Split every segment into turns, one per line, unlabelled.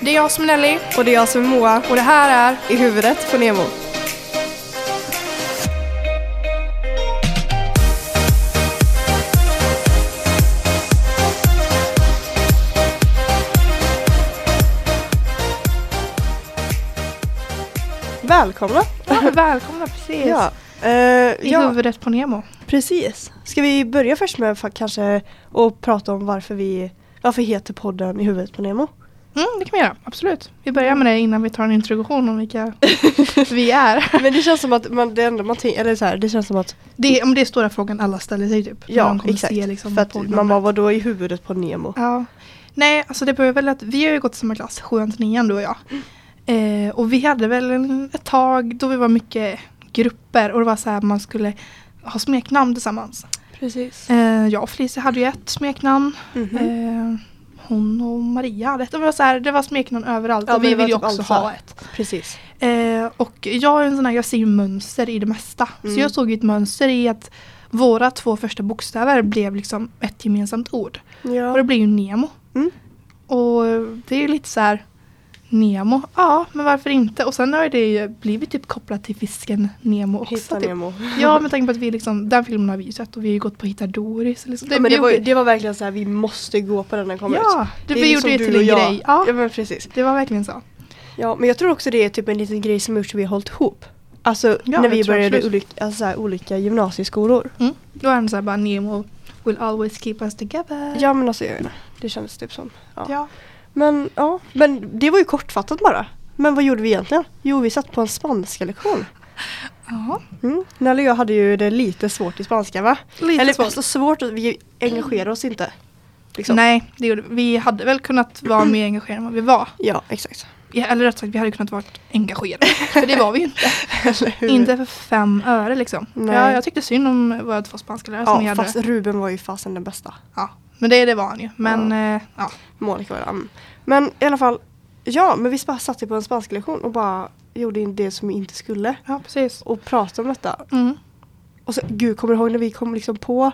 Det är jag som är Nelly.
Och det är jag som är Moa
Och det här är
i huvudet på Nemo. Välkomna!
ja, Välkomna precis.
Ja, eh,
I
ja
huvudet på Nemo.
precis. Ska vi börja först med fa- kanske att prata om varför vi varför heter podden I huvudet på Nemo?
Mm, det kan vi göra, absolut. Vi börjar med det innan vi tar en introduktion om vilka vi är.
Men det känns som att man, det enda man tänker, eller så här, det känns som att
Det är, om det är stora frågan alla ställer sig typ. När
Ja,
de kommer
exakt.
Se, liksom,
för att
på
man bara, vadå i huvudet på Nemo?
Ja. Nej, alltså det börjar väl att vi har ju gått samma klass, sjuan till nian du och jag. Eh, och vi hade väl en, ett tag då vi var mycket grupper och det var så här man skulle ha smeknamn tillsammans.
Precis. Mm-hmm.
Eh, jag och Felicia hade ju ett smeknamn.
Mm.
Eh, hon och Maria hade ett. Det var, så här, det var smeknamn överallt
Ja,
och
men
vi
det var
ville ju
typ
också
allt så här.
ha ett.
Precis.
Eh, och jag är en sån här, jag ser ju mönster i det mesta.
Mm.
Så jag såg ju ett mönster i att våra två första bokstäver blev liksom ett gemensamt ord. Och det
Ja.
blir ju Nemo.
Mm.
Och det är ju lite så här Nemo, ja men varför inte? Och sen har det ju blivit typ kopplat till fisken Nemo också.
Hitta
typ.
Nemo.
Ja med tanke på att vi liksom, den filmen har vi ju sett och vi har ju gått på Hitta Doris. Liksom.
Ja, men det, var, ju-
gjorde-
det var verkligen så här, vi måste gå på den när den kom ut.
ja, det,
är
vi
liksom
gjorde det
du
till
och
en
jag.
grej.
Ja.
Ja,
men precis.
det var verkligen så.
Ja, men jag tror också det är typ en liten grej som gjort så vi har hållit ihop. Alltså
Ja,
när
jag
vi
tror
började
absolut.
olika, alltså, så här, olika gymnasieskolor.
Mm. Då är den så här bara Nemo will always keep us together.
Ja men alltså jag vet inte. det kändes typ som. Ja.
ja.
Men ja, men det var ju kortfattat bara. Men vad gjorde vi egentligen? Jo vi satt på en spanska lektion.
Ja.
Mm. Nelly och jag hade ju det lite svårt i spanska va?
Lite
Eller
svårt.
alltså svårt, att vi engagerade oss inte. Liksom.
Nej, det gjorde, vi hade väl kunnat vara mer engagerade än vad vi var.
Ja exakt.
Ja, Eller rätt sagt, vi hade kunnat vara engagerade. För det var vi ju inte.
Eller hur?
Inte för fem öre liksom.
Nej.
Ja, jag tyckte synd om våra två spansklärare som vi
Ja
hade.
fast Ruben var ju fasen den bästa.
Ja, men det, det var han ju. Men ja. ja.
Monica var det. mm. Men i alla fall, ja men vi bara satt ju på en spanska lektion och bara gjorde in det som vi inte skulle.
ja, precis.
Och pratade om detta.
Mm.
Och så, gud kommer du ihåg när vi kom liksom på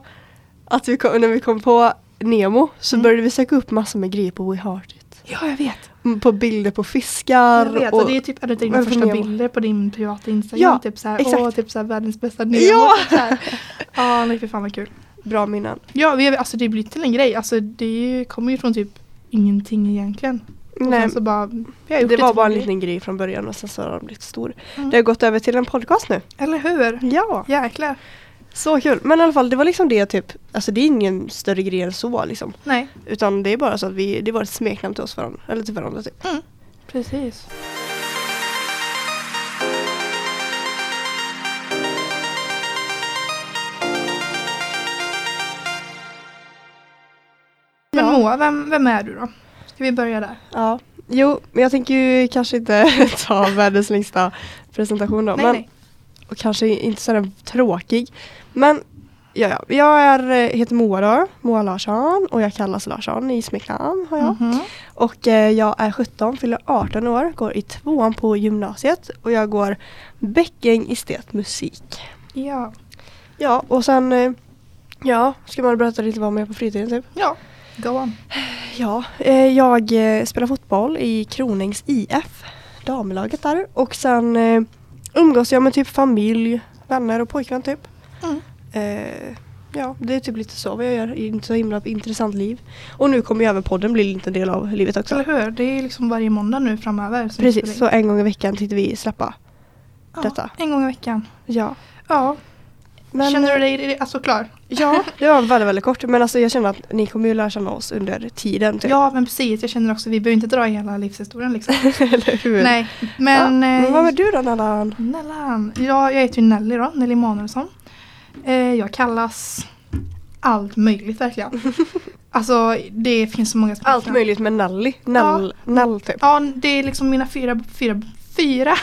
att vi kom, när vi kom på Nemo så
Mm.
började vi söka upp massor med grejer på We Heart It.
Ja, jag vet.
Mm, På bilder på
Jag
fiskar.
vet. Och, det är typ en av dina
Men
första
Nemo.
bilder på din privata Instagram.
Ja,
typ såhär,
exakt.
åh, typ såhär världens bästa Nemo.
Ja.
Typ såhär. Ja, nej fy fan vad kul.
Bra minnen.
Ja, vi, alltså det blir till en grej. Alltså det är ju- kommer ju från typ ingenting egentligen. Och
Nej,
sen så bara, vi har gjort
det var
till
bara en
grej.
liten grej från början och sen så har de blivit stor.
Mm.
Det har gått över till en podcast nu.
Eller hur?
Ja.
Jäklar.
Så kul. Men i alla fall det var liksom det typ, alltså det är ingen större grej än så liksom.
Nej.
Utan det är bara så att vi, det var ett smeknamn till oss varandra, eller till varandra typ.
Precis. Men
Ja.
Moa, vem, vem är du då? Ska vi börja där?
Ja, jo, men jag tänker ju kanske inte ta världens längsta presentation då.
nej,
men,
nej.
Och kanske inte sådär tråkig. Men ja, ja. jag är, eh, heter Moa då, Moa Larsson och jag kallas Larsson i smeknamn har jag.
Mhm.
Och eh, jag är 17, fyller 18 år, går i tvåan på gymnasiet och jag går Bäckäng estet musik.
Ja.
Ja, och sen eh, Ja, ska man berätta lite vad man gör på fritiden typ?
ja, go on.
Ja, eh, jag eh, spelar fotboll i Kronängs IF, damlaget där. Och sen eh, umgås jag med typ familj, vänner och pojkvän typ.
Mm.
Eh, ja, det är typ lite så vad jag gör. Det är Inte så himla intressant liv. Och nu kommer ju även podden bli en liten del av livet också.
Eller hur? Det är liksom varje måndag nu framöver. som vi spelar
Precis,
in.
så en gång i veckan tänkte vi släppa.
ja,
detta.
En gång i veckan.
Ja.
Ja,
Men,
känner du
eh,
dig alltså klar?
Ja, det var väldigt, väldigt kort. Men alltså jag känner att ni kommer ju lära känna oss under tiden typ.
Ja, men precis. Jag känner också, vi behöver inte dra hela livshistorien liksom.
Eller hur?
Nej,
Ja,
men... eh,
men vad var du då Nellan?
Nellan. Ja, jag heter ju Nelly då, Nelly Manuelsson. Eh, jag kallas allt möjligt verkligen. alltså det finns så många smeknamn.
Allt möjligt med Nelly. Nell, Nell typ.
Ja, det är liksom mina fyra, fyra, fyra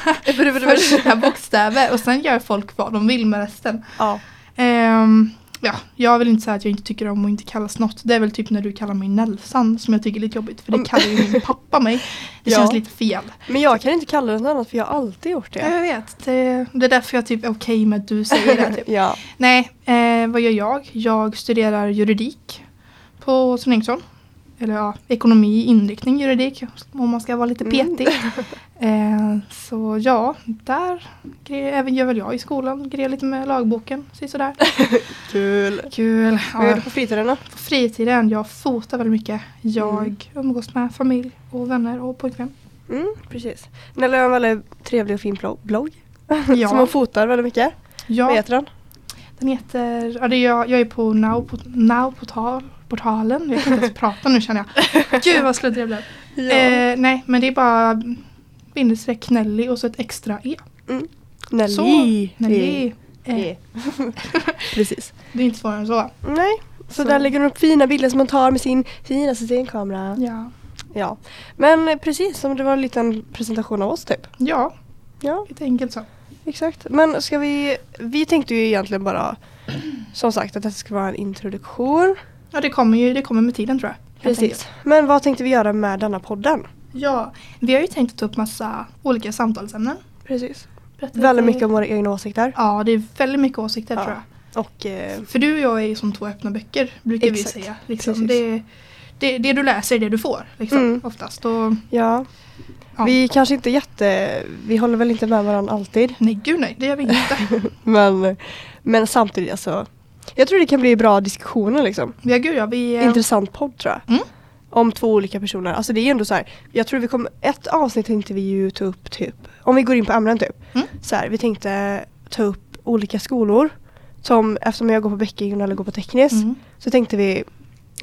första bokstäver och sen gör folk vad de vill med resten.
Ja.
Ehm, ja, jag vill inte säga att jag inte tycker om att inte kallas något. Det är väl typ när du kallar mig Nelsan som jag tycker är lite jobbigt för det kallar ju min pappa mig. Det
Ja.
känns lite fel.
Men jag kan inte kalla det något annat för jag har alltid gjort
Ja,
det.
jag vet. Det, det är därför jag typ är okej med att du säger Eh, det. Typ.
Ja.
Nej, eh, vad gör jag? Jag studerar juridik på Sunningsholm. eller ja, ekonomi, inriktning, juridik om man ska vara lite petig. Eh, så ja, där gre- även gör väl jag i skolan, grejer lite med lagboken, sådär.
Kul.
Kul.
Vad gör
Ja,
du på fritiden
på fritiden, jag fotar väldigt mycket. Jag umgås med familj och vänner och pojkvän.
Mm, precis. Nella har en väldigt trevlig och fin blo- blogg.
Ja.
Som hon fotar väldigt mycket.
Ja,
Vad heter den?
Den heter, ja, det är jag, jag är på Now, på, now portal, portalen, jag kan inte ens prata nu känner jag. Gud vad sluddrig jag blev. Eh, nej men det är bara bindestreck Nelly och så ett extra E.
Mm.
Så,
Nelly.
Nelly. Eh,
Eh. Precis.
det är inte svårare än så.
Nej, så,
Så.
där lägger hon upp fina bilder som hon tar med sin finaste stenkamera.
Ja.
Ja. Men eh, precis, som det var en liten presentation av oss typ.
ja,
Ja,
lite enkelt så.
exakt. Men ska vi, vi tänkte ju egentligen bara som sagt att det ska vara en introduktion.
Ja det kommer ju, det kommer med tiden tror jag. helt enkelt.
Precis. Men vad tänkte vi göra med denna podden?
Ja, vi har ju tänkt att ta upp massa olika samtalsämnen.
Precis.
Berätta
Väldigt
lite-
mycket om våra egna åsikter.
Ja, det är väldigt mycket åsikter
Ja.
tror jag.
Och eh,
För du och jag är ju som två öppna böcker brukar
Exakt.
vi säga. Liksom,
Precis.
det, det, det du läser är det du får liksom,
Mm.
oftast. Och,
ja.
ja.
vi kanske inte jätte, vi håller väl inte med varandra alltid.
Nej gud nej, det gör vi inte.
Men, men samtidigt alltså, jag tror det kan bli bra diskussioner liksom.
ja gud ja, vi... eh,
intressant podd tror jag.
Mm.
Om två olika personer. Alltså det är ju ändå så här. Jag tror vi kommer, ett avsnitt tänkte vi ju ta upp typ, om vi går in på ämnen typ.
Mm.
Så här, vi tänkte ta upp olika skolor. Som, eftersom jag går på Bäckingen eller går på teknisk.
Mm.
Så tänkte vi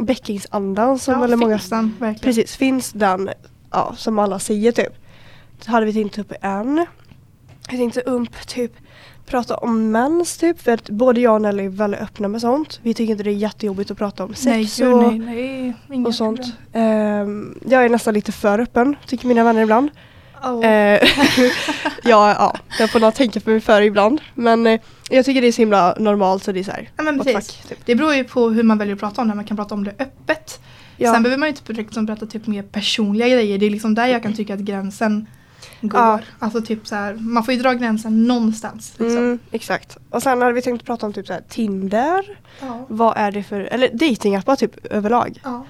Bäckingsandan som
ja,
väldigt många,
Finland, verkligen.
precis finns den, ja som alla säger typ. Det hade vi tänkt ta upp en. Vi tänkte upp typ prata om mens typ. För att både jag och Nelly är väldigt öppna med sånt. Vi tycker inte det är jättejobbigt att prata om sex
nej gud
och
nej, nej. Inga
och sånt.
problem.
Ehm, jag är nästan lite för öppen, tycker mina vänner ibland.
Ja.
Eh, ja, ja, jag får nog tänka på mig för ibland. Men eh, jag tycker det är så himla normalt så det är så här.
ja men
what
precis.
fuck, typ.
Det beror ju på hur man väljer att prata om det, man kan prata om det öppet.
Ja.
Sen behöver man ju inte liksom berätta typ mer personliga grejer, det är liksom där jag kan tycka att gränsen går.
Ja.
Alltså typ så här, man får ju dra gränsen någonstans. Liksom.
Mm, exakt. Och sen hade vi tänkt prata om typ så här, Tinder.
Ja.
Vad är det för, eller datingappar typ överlag.
Ja.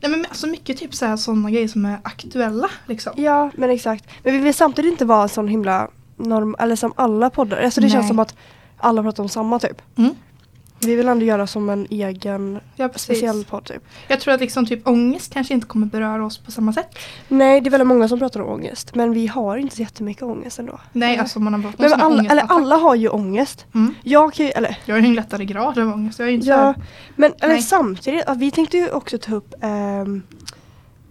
Nej men alltså mycket typ sådana grejer som är aktuella liksom.
Ja, men exakt. Men vi vill samtidigt inte vara en sån himla norm, eller som alla poddar. Alltså det känns
Nej.
som att alla pratar om samma typ.
Mm.
Vi vill ändå göra som en egen
Ja, precis.
speciell podd typ.
Jag tror att liksom typ ångest kanske inte kommer beröra oss på samma sätt.
Nej, det är väldigt många som pratar om ångest. Men vi har inte så jättemycket ångest ändå.
Nej
Eller?
alltså man har pratat om
Men
sån
alla, eller
ångestattack.
alla har ju ångest.
Mm.
Jag kan ju, eller,
Jag har ju en lättare grad av ångest. Jag är ju inte
ja,
ja.
men, eller
Nej.
samtidigt, ja, vi tänkte ju också ta upp ehm,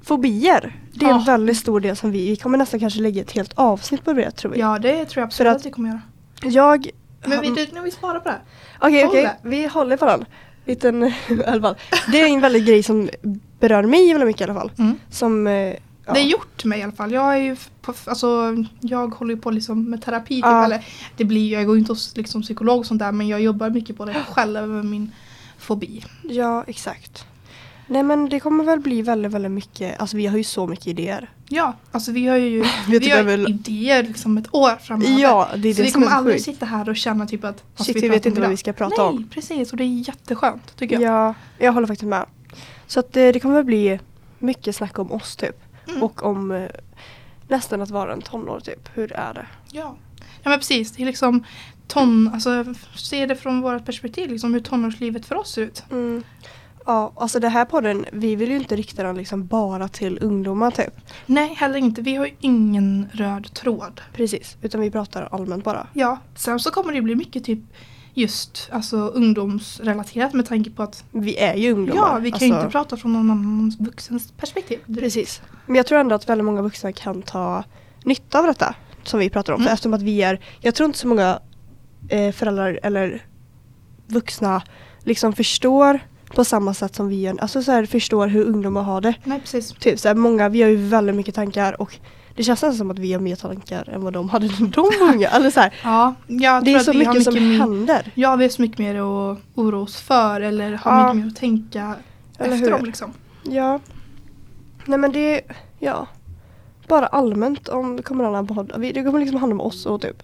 fobier. Det är en
Ja.
väldigt stor del som vi, vi kommer nästan kanske lägga ett helt avsnitt på det tror vi.
ja det tror jag absolut
För att-
att, vi kommer göra.
Jag,
Men vi, typ det, när vi sparar på det. här.
Okej,
Håll
okej.
det.
Vi håller på den. Liten, i alla fall. Det är en väldigt grej som berör mig väldigt mycket i alla fall.
Mm.
Som, eh, ja.
Det är gjort mig i alla fall. Jag är ju f- på, alltså, jag håller ju på liksom med terapi. Typ,
Ja.
eller, det blir, jag går ju inte hos liksom, psykolog och sånt där men jag jobbar mycket på det själv med min fobi.
Ja, exakt. Nej men det kommer väl bli väldigt, väldigt mycket, alltså vi har ju så mycket idéer.
Ja, alltså vi har ju
Vi
vi
typ
har
är väl-
idéer liksom ett år framöver.
Ja, det är
så
det
vi
som
kommer
är så
aldrig
sjukt.
sitta här och känna typ att vad
Shit,
ska
vi
prata
vet
om
inte vad
idag?
vi ska prata
Nej,
om.
precis och det är jätteskönt tycker jag.
Ja, jag håller faktiskt med. Så att eh, det kommer väl bli mycket snack om oss typ.
Mm.
Och om eh, nästan att vara en tonår typ. Hur är det?
Ja. ja, men precis. Det är liksom ton, alltså se det från vårt perspektiv, liksom hur tonårslivet för oss ser ut.
Mm. Ja, alltså det här podden, vi vill ju inte rikta den liksom bara till ungdomar typ.
Nej, heller inte. Vi har ju ingen röd tråd.
Precis, utan vi pratar allmänt bara.
Ja, sen så kommer det bli mycket typ just alltså ungdomsrelaterat med tanke på att
Vi är ju ungdomar.
ja, vi kan ju
alltså.
inte prata från någon annans vuxens perspektiv.
Precis. Men jag tror ändå att väldigt många vuxna kan ta nytta av detta som vi pratar om.
Mm.
För eftersom att vi är, jag tror inte så många eh, föräldrar eller vuxna liksom förstår på samma sätt som vi gör, alltså så här, förstår hur ungdomar har det.
Nej, precis.
Typ så här, många, vi har ju väldigt mycket tankar och det känns nästan som att vi har mer tankar än vad de hade när de var unga. Eller så här,
Ja, jag
det
tror
är
att
så
vi har
mycket som
mer-
händer.
Ja, vi har så mycket mer att oroa oss för eller har
Ja.
mycket mer att tänka
Eller
efter
hur?
om. Liksom.
Ja. Nej men det, ja. Bara allmänt om det kommer en annan podd. Vi- Det kommer liksom handla om oss och typ.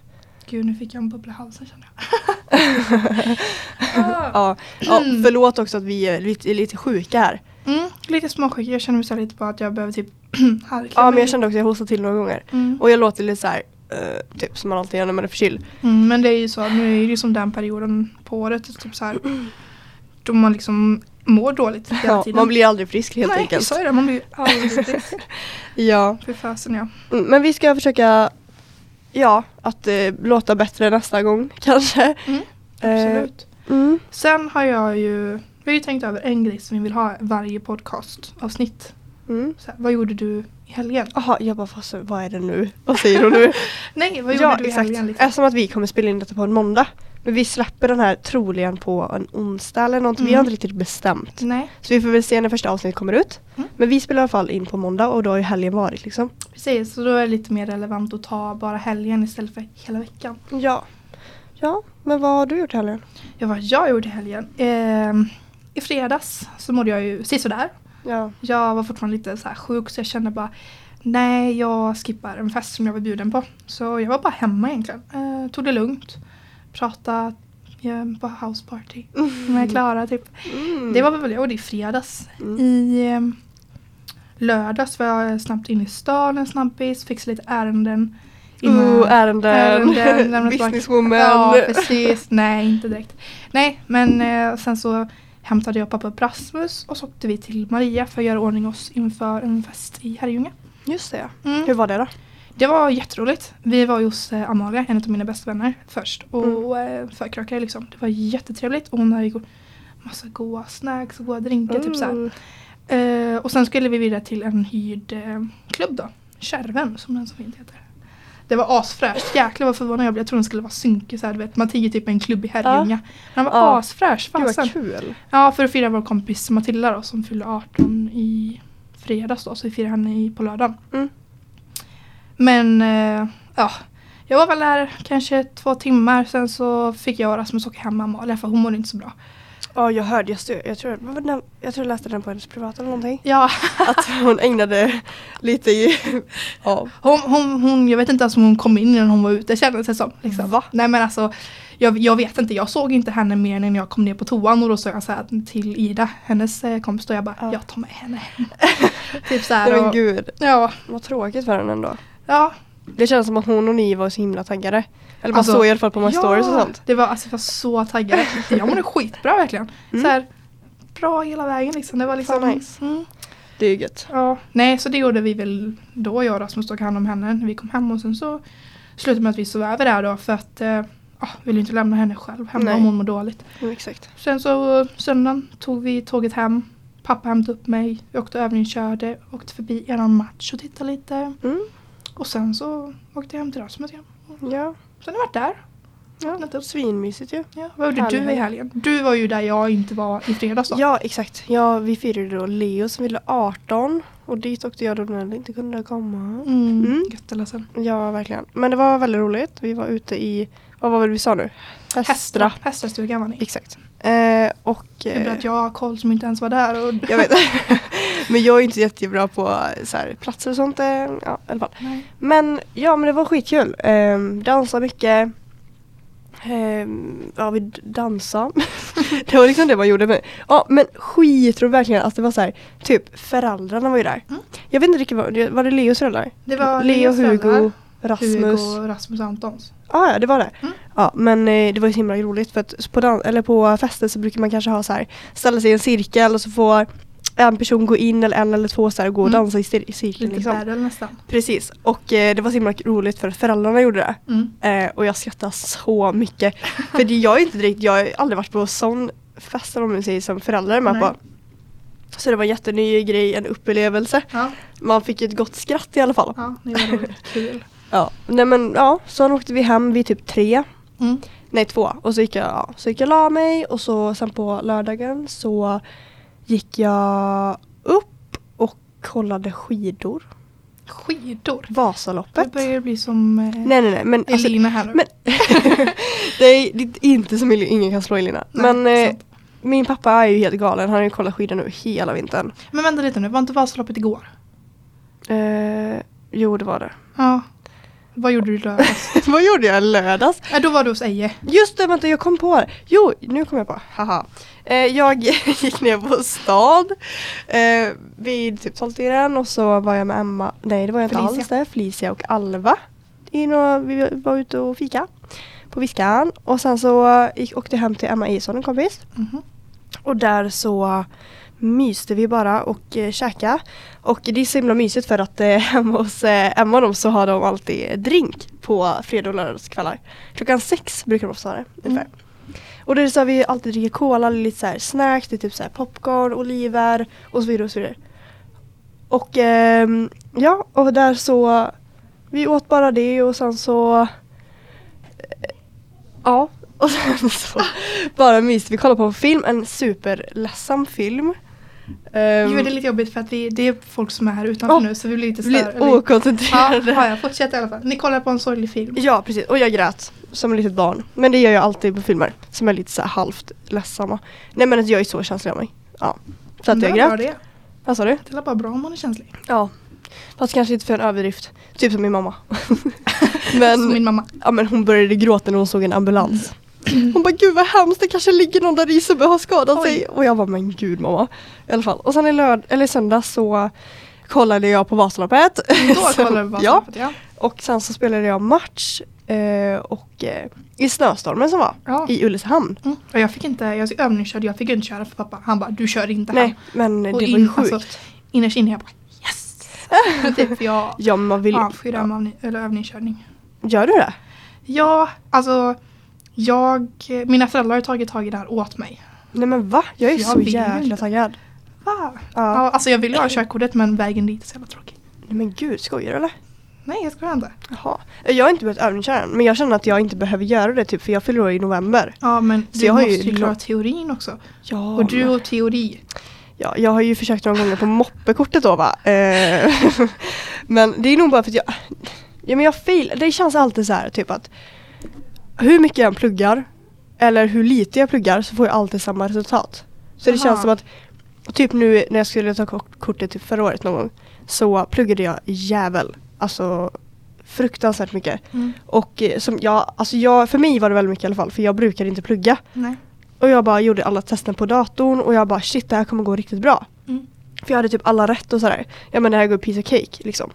Gud, nu fick jag en bubbla i halsen känner jag. Ah.
ja. ja, förlåt också att vi är lite, lite sjuka här.
Mm, lite småsjuk. Jag känner mig så här lite på att jag behöver typ harkla
Ja men
mig.
jag kände också att jag hostade till några gånger.
mm.
Och jag låter lite så här, eh, typ som man alltid gör när man är förkyld.
Mm, men det är ju så, nu är det ju som den perioden på året typ så här, då man liksom mår dåligt hela
Ja,
tiden.
man blir aldrig frisk helt
Nej, jag
enkelt.
sa ju det, man blir ju alldeles
Ja.
För fasen ja.
Mm, Men vi ska försöka ja, att eh, låta bättre nästa gång kanske.
Mm,
Eh,
Absolut.
mm.
Sen har jag ju, vi har ju tänkt över en grej som vi vill ha i varje podcastavsnitt.
Mm.
Så här, vad gjorde du i helgen?
Jaha, jag bara fast, vad är det nu? Vad säger hon nu?
Nej, vad gjorde
ja,
du i
exakt.
helgen? Liksom?
Eftersom att vi kommer spela in detta på en måndag. Men vi släpper den här troligen på en onsdag eller något. Vi
Mm.
har inte riktigt bestämt.
Nej,
Så vi får väl se när första avsnittet kommer ut.
Mm.
Men vi spelar i alla fall in på måndag och då har ju helgen varit liksom.
precis. Så då är det lite mer relevant att ta bara helgen istället för hela veckan.
Ja. Ja, men vad har du gjort i helgen?
Ja, vad jag gjorde i helgen? Ehm, I fredags så mådde jag ju sisådär.
Ja.
Jag var fortfarande lite så här sjuk så jag kände bara Nej, jag skippar en fest som jag var bjuden på. Så jag var bara hemma egentligen. Eh, tog det lugnt. Pratade eh, på houseparty med Klara typ.
Mm.
Det var väl jag gjorde i fredags.
Mm.
I eh, lördags var jag snabbt in i stan en snabbis, fixade lite ärenden.
Ooh, Mm. Uh, ärenden.
Ärenden, lämnat bak-
Businesswoman.
Ja, precis. Nej, inte direkt. Nej, men eh, sen så hämtade jag pappa upp Rasmus och så åkte vi till Maria för att göra ordning oss inför en fest i Herrljunga.
Just det.
Mm.
Hur var det då?
Det var jätteroligt. Vi var ju hos eh, Amalia, en av mina bästa vänner, först och
Mm.
eh, förkrökade liksom. Det var jättetrevligt och hon hade gjort massa goda snacks och goda drinkar. Typ så här.
Mm.
Eh, och sen skulle vi vidare till en hyrd eh, klubb då. Kärven som den så fint heter. Det var asfräscht. Jäklar vad förvånad jag blev. Jag trodde den skulle vara synkig så här, du vet. Matilda typ en klubb i Herrljunga. Men den var
Ja.
asfräsch.
Gud
Fasen.
vad kul.
Ja, för att fira vår kompis Matilda då som fyllde 18 i fredags då. Så vi firade henne i, på lördagen.
Mm.
Men eh, ja, jag var väl där kanske två timmar. Sen så fick jag och Rasmus åka hem med Amalia för hon mådde inte så bra.
Ja, jag hörde, jag, stö- jag, tror, vad var den, jag tror jag läste den på hennes privata eller någonting.
Ja,
Att hon ägnade lite i... Ja.
Hon, hon, hon, jag vet inte ens om hon kom in innan hon var ute kändes det som. Liksom.
Va?
Nej men alltså, jag, jag vet inte. Jag såg inte henne mer än när jag kom ner på toan och då såg jag så här till Ida, hennes eh, kompis, och jag bara
Ja.
jag tar med henne hem. typ så
Nej,
här.
men
Och,
gud,
ja,
vad tråkigt för henne ändå.
ja.
Det känns som att hon och ni var så himla taggade. Eller man
Alltså,
såg i alla fall på
ja.
my stories och sånt.
Det var, alltså, jag var så taggad. jag mådde skitbra verkligen.
Mm.
Så här, bra hela vägen liksom. Det var liksom
Fan, nice.
mm,
Det är ju gött.
ja. Nej så det gjorde vi väl då jag och Rasmus tog hand om henne när vi kom hem och sen så slutade med att vi sov över där då för att eh, ja, vi ville inte lämna henne själv hemma
Nej.
om hon mår dåligt.
Mm, exakt.
Sen så söndagen tog vi tåget hem. Pappa hämtade upp mig. Vi åkte övningskörde. Åkte förbi eran match och tittade lite.
Mm.
Och sen så åkte jag hem till Rasmus igen.
Ja.
Sen har jag varit där.
ja. Svinmysigt ju.
Ja, vad gjorde du i
Härligt.
helgen? Du var ju där jag inte var i fredags då.
Ja, exakt. Ja, vi firade då Leo som ville 18 och dit åkte jag då när han inte kunde komma.
Mm.
Mm.
Gött eller sen.
Ja, verkligen. Men det var väldigt roligt. Vi var ute i, vad var det vi sa nu?
Hästra. Hästrastugan var ni.
Exakt. Eh, och...
Det är bara
eh,
att jag har koll som inte ens var där. Och...
Jag vet. men jag är inte jättebra på så här, platser och sånt. eh, Ja, i alla fall.
Nej.
Men ja, men det var skitkul. Um, dansa mycket. Ehm, ja, vi d- dansa. det var liksom det man gjorde. Men, ja, men skitroligt verkligen. Alltså, det var så här, typ föräldrarna var ju där.
Mm.
Jag vet inte riktigt, vad, var det Leos föräldrar?
Det var
Leo,
Leos
Hugo,
föräldrar,
Rasmus.
Hugo och Rasmus Antons.
Ja, ja, det var det.
Mm.
Ja, men eh, det var ju så himla roligt för att på, dan- eller på fester så brukar man kanske ha så här, ställa sig i en cirkel och så får en person gå in eller en eller två så här, gå och
Mm.
dansa i, cir- i cirkeln.
Lite
Liksom.
battle nästan.
Precis, och eh, det var så himla roligt för att föräldrarna gjorde det.
Mm.
Eh, och jag skrattar så mycket. för det, jag, är inte direkt, jag har aldrig varit på sån fest om man säger som förälder är med
Nej.
på. Så det var en jätteny grej, en upplevelse.
Ja,
Man fick ett gott skratt i alla fall.
ja, det var roligt. Kul.
Ja. Nej men ja, sen åkte vi hem vid typ tre.
Mm.
Nej två. Och så gick jag, ja, så gick jag och la mig och så sen på lördagen så gick jag upp och kollade skidor.
Skidor. Det
Vasaloppet.
börjar bli som eh,
Nej nej nej men alltså,
Elina här nu.
men det, är, det är inte som Eli- ingen kan slå Elina.
Nej,
men eh,
sant.
min pappa är ju helt galen, han har ju kollat skidor nu hela vintern.
men vänta lite nu, var inte Vasaloppet igår?
Eh, jo det var det.
Ja. Vad gjorde du i lördags?
Vad gjorde jag i lördags?
Nej, då var du hos Eje.
Just det, vänta jag kom på det. Jo, nu kom jag på. Haha. Eh, jag gick ner på stan eh, vid typ tolvtiden och så var jag med Emma, nej det var jag inte
Felicia.
alls där, Felicia och Alva. I några, vi var ute och fika på Viskan och sen så gick, åkte jag hem till Emma Eson, en kompis.
Mhm.
Och där så myste vi bara och eh, käka. Och det är så himla mysigt för att eh, hemma hos eh, Emma och dem så har de alltid drink på fredag och lördagskvällar. Klockan sex brukar de ofta ha det. ungefär.
Mm.
Och där så har vi alltid dricker cola, lite så här snack, det är typ så här popcorn, oliver och så vidare och så vidare. Och ehm, ja, och där så vi åt bara det och sen så eh, Ja, och sen så bara myste vi kollade på en film, en superledsam film. Ehm,
Jo, det är lite jobbigt för att vi, det är folk som är här utanför
Åh,
nu så vi blir lite
vi blev
störda. eller- Ja,
okoncentrerade.
ja, ja, fortsätt i alla fall. Ni kollar på en sorglig film.
Ja, precis. Och jag grät som ett litet barn. Men det gör jag alltid på filmer som är lite så här halvt ledsamma. Nej men jag är så känslig av mig. Mm, Ja. Så att
Det
jag
är bra
grät.
det.
Vad sa du?
Det är bara bra om man är känslig.
Ja. Fast kanske inte för en överdrift. Typ som min mamma. men,
Som min mamma.
ja, men hon började gråta när hon såg en ambulans. Hon bara gud vad hemskt, det kanske ligger någon där i som har skadat
Oj.
sig. Och jag bara men gud mamma. I alla fall. Och sen i lörd- eller i söndag så kollade jag på Vasaloppet.
Då
Så-
kollar vi bara
ja.
snabbet, ja.
Och sen så spelade jag match eh, och, eh, i snöstormen som var
Ja.
i Ulricehamn.
Mm. Och jag fick inte, jag övningskörde, jag fick inte köra för pappa. Han bara, du kör inte
Nej,
här.
men det
Och
var ju
in-
sjukt.
alltså- Innerst inne jag bara, yes! typ jag
ja, men man vill
avskyr
ja.
övning- eller övningskörning.
Gör du det?
Ja, alltså jag, mina föräldrar har tagit tag i det här åt mig.
Nej men va? Jag är
Jag
så
vill ju
jäkla
inte.
taggad.
Va?
Ja.
Ja, alltså jag vill ju ha körkortet men vägen dit är så jävla tråkig.
Nej men gud, skojar du eller?
Nej jag skojar inte.
Jaha. Jag har inte börjat övningsköra än, men jag känner att jag inte behöver göra det typ för jag fyller år i november.
Ja men
Så
du
jag har ju
måste ju
klart-
klara teorin också.
Ja,
Och du
men-
och teori.
ja, jag har ju försökt några gånger på moppekortet då va? Eh, men det är nog bara för att jag... Ja men jag fail, det känns alltid så här typ att hur mycket jag än pluggar eller hur lite jag pluggar så får jag alltid samma resultat. Så det
Aha.
känns som att typ nu när jag skulle ta kort- kortet typ förra året någon gång så pluggade jag jävel. Alltså fruktansvärt mycket.
Mm.
Och eh, som jag, alltså jag, för mig var det väldigt mycket i alla fall för jag brukar inte plugga.
Nej.
Och jag bara gjorde alla testen på datorn och jag bara shit det här kommer gå riktigt bra.
Mm.
För jag hade typ alla rätt och sådär. Ja men det här går piece of cake liksom.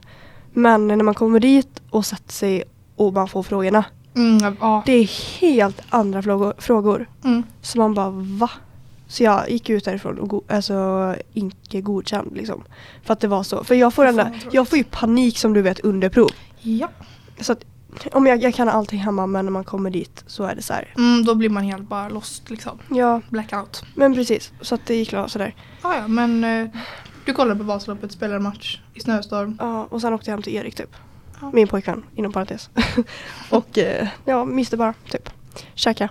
Men när man kommer dit och sätter sig och man får frågorna.
Mm, ja.
Det är helt andra frågor. frågor.
Mm.
Så man bara va? Så jag gick ut därifrån och go- alltså, inte godkänd liksom. För att det var så. För jag får,
Fan,
ändå,
vad tråkigt.
jag får ju panik som du vet under prov.
ja.
Så att, om jag, jag kan allting hemma men när man kommer dit så är det så här.
Mm, då blir man helt bara lost liksom.
Ja
Blackout.
men precis. Så att det gick klart sådär.
Ja, ja men eh, du kollade på Vasaloppet, spelade match i snöstorm.
Ja, och sen åkte jag hem till Erik typ.
Ja.
Min pojkvän, inom parentes. och eh, ja, miste bara typ. Käka.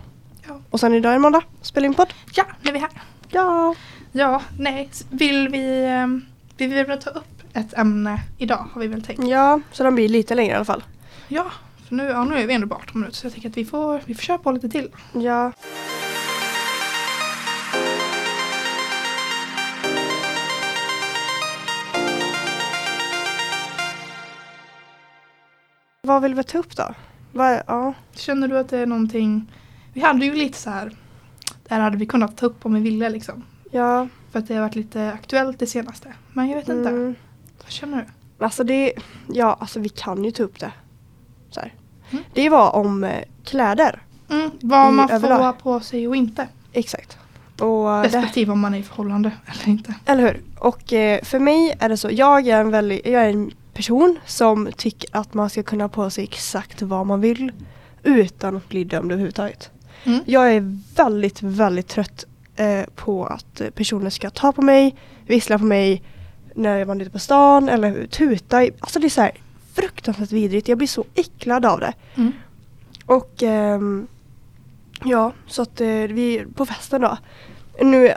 Ja.
Och sen idag är det måndag, spela in podd.
Ja, nu är vi här.
Ja.
Ja, nej, s- vill vi... ehm, vi vill väl ta upp ett ämne idag har vi väl tänkt.
Ja, så den blir lite längre i alla fall.
Ja, för nu, ja, nu är vi ändå bara 18 minuter så jag tänker att vi får, vi får köra på lite till.
Ja. Vad vill vi ta upp då? Vad, ja.
Känner du att det är någonting... Vi hade ju lite så här... Det här hade vi kunnat ta upp om vi ville liksom.
Ja.
För att det har varit lite aktuellt det senaste. Men jag vet inte.
mm.
Vad känner du?
Alltså det, ja alltså vi kan ju ta upp det. Så här.
Mm.
Det var om eh, kläder.
Mm, vad
I
man får ha
överlag.
på sig och inte.
Exakt. Och eh, det,
Respektive om man är i förhållande eller inte.
eller hur? Och eh, för mig är det så, jag är en väldigt, jag är en person som tycker att man ska kunna ha på sig exakt vad man vill utan att bli dömd överhuvudtaget.
Mm.
Jag är väldigt, väldigt trött eh, på att eh, personer ska ta på mig, vissla på mig när man är ute på stan eller tuta. i- Alltså det är så här fruktansvärt vidrigt. Jag blir så äcklad av det.
Mm.
Och ehm, ja, så att eh, vi på festen då. Nu,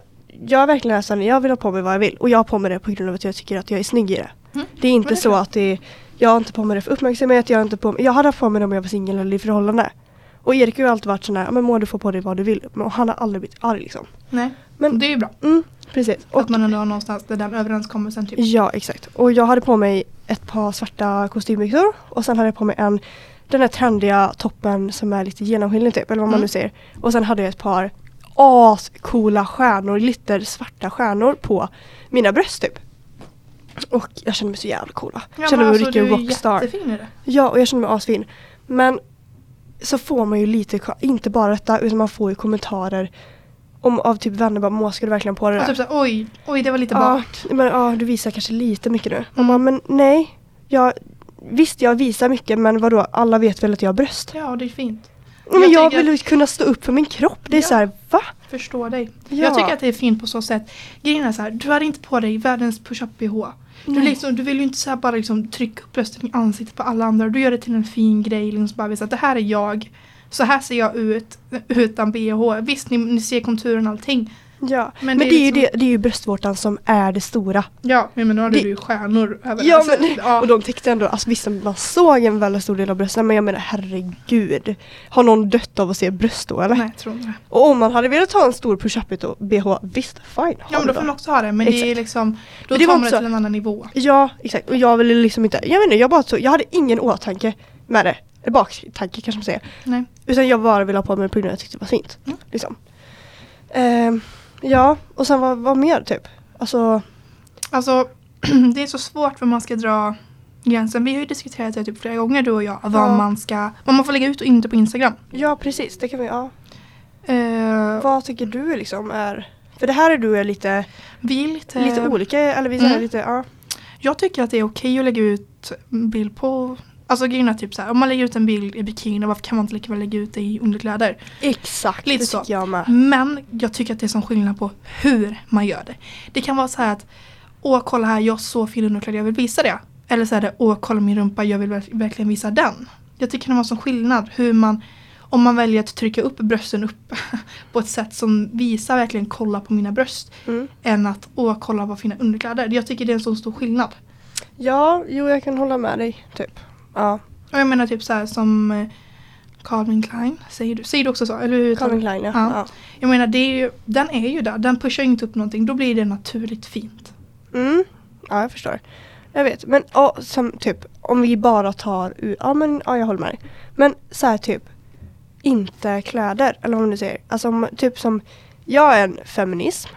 jag är verkligen är sån, jag vill ha på mig vad jag vill och jag har på mig det på grund av att jag tycker att jag är snygg i det.
Mm.
Det är inte
Men det är
så
klart.
att det är, jag har inte på mig det för uppmärksamhet, jag har inte på mig, jag hade haft på mig det om jag var singel eller i förhållande. Och Erik har ju alltid varit sån här, "Ja, men må du få på dig vad du vill. Men han har aldrig blivit arg liksom.
Nej,
Men-
det är ju bra.
Mm, precis.
Och
Och,
att man ändå har någonstans där den överenskommelsen typ.
ja, exakt. Och jag hade på mig ett par svarta kostymbyxor och sen hade jag på mig en den där trendiga toppen som är lite genomskinlig typ, eller vad man
Mm.
nu säger. Och sen hade jag ett par ascoola stjärnor, glittersvarta stjärnor på mina bröst typ. Och jag kände mig så jävla cool va?
Ja,
kände
men
mig
alltså,
riktig
du är
rockstar.
jättefin i det.
Ja, och jag kände mig asfin. Men så får man ju lite, ka- inte bara detta, utan man får ju kommentarer om, av typ vänner bara, "Må, ska du verkligen på det
Och
där?
typ såhär, oj, oj det var lite
ja,
bart.
men, ja, du visar kanske lite mycket nu. Man
Mm.
bara, men nej, jag, visst jag visar mycket, men vadå, alla vet väl att jag har bröst?
Ja, det är fint.
Men jag,
jag
vill
tycker
ju kunna stå upp för min kropp. Det är
Ja.
så här, va?
Förstår dig.
Ja.
Jag tycker att det är fint på så sätt. Grejen är såhär, du hade inte på dig världens push-up-bh. Du,
Nej.
liksom, du vill ju inte så här bara liksom trycka upp brösten i ansiktet på alla andra. Du gör det till en fin grej. Liksom, så bara visa att det här är jag. Så här ser jag ut eh, utan bh. Visst, ni, ni ser konturen och allting.
Ja. Men,
Men
det,
det är
är ju
liksom-
det, det är ju bröstvårtan som är det stora.
Ja, men då hade
Det-
du ju stjärnor över.
Ja,
alltså,
men,
ja.
och de täckte ändå, alltså visst man såg en väldigt stor del av brösten men jag menar herregud. Har någon dött av att se bröst då eller?
Nej, jag tror inte det.
Och om man hade velat ha en stor push-up och bh, visst fine. ha
Ja, men
det
då får man också ha det. Men det är
Exakt.
liksom, då
Men det
tar
var
man det
också-
till en annan nivå.
Ja, exakt. Och jag ville liksom inte, jag menar jag bara tog, jag hade ingen åtanke med det. Eller baktanke kanske man säger.
Nej.
Utan jag bara ville ha på mig det på grund av att jag tyckte det var fint.
Mm.
Liksom. Ehm, ja, och sen vad, vad mer typ? Alltså,
Alltså, det är så svårt var man ska dra gränsen. Vi har ju diskuterat det typ flera gånger du och jag. Vad
Ja.
man ska, vad man får lägga ut och inte på Instagram.
ja precis, det kan vi, ja.
Eh,
Vad tycker du liksom är, för det här är du är lite,
vi är lite,
lite olika, eller vi säger
Mm.
lite, ja.
Jag tycker att det är okej att lägga ut bild på Alltså grejen är typ så här, om man lägger ut en bild i bikini, varför kan man inte lika väl lägga ut det i underkläder?
Exakt,
Lite
det
så.
tycker jag med.
Men jag tycker att det är som skillnad på hur man gör det. Det kan vara så här att, åh kolla här, jag har så fin underkläder, jag vill visa det. Eller så är det, åh kolla min rumpa, jag vill verk- verkligen visa den. Jag tycker det var som skillnad hur man, om man väljer att trycka upp brösten upp på ett sätt som visar verkligen kolla på mina bröst.
Mm.
Än att, åh kolla vad fina underkläder. Jag tycker det är en så stor skillnad.
Ja, jo jag kan hålla med dig, typ. Ja,
Och jag menar typ så här som eh, Calvin Klein, säger du, säger du också så? Eller hur uttalar
Calvin
du?
Klein ja.
Ja. Jag menar det är ju, den är ju där, den pushar ju inte upp någonting, då blir det naturligt fint.
ja. Mm. ja, jag förstår. Jag vet, men ja, som, typ om vi bara tar ur, ja men ja, jag håller med dig. Men så här typ, inte kläder, eller vad man nu säger. Alltså om, typ som, jag är en feminism.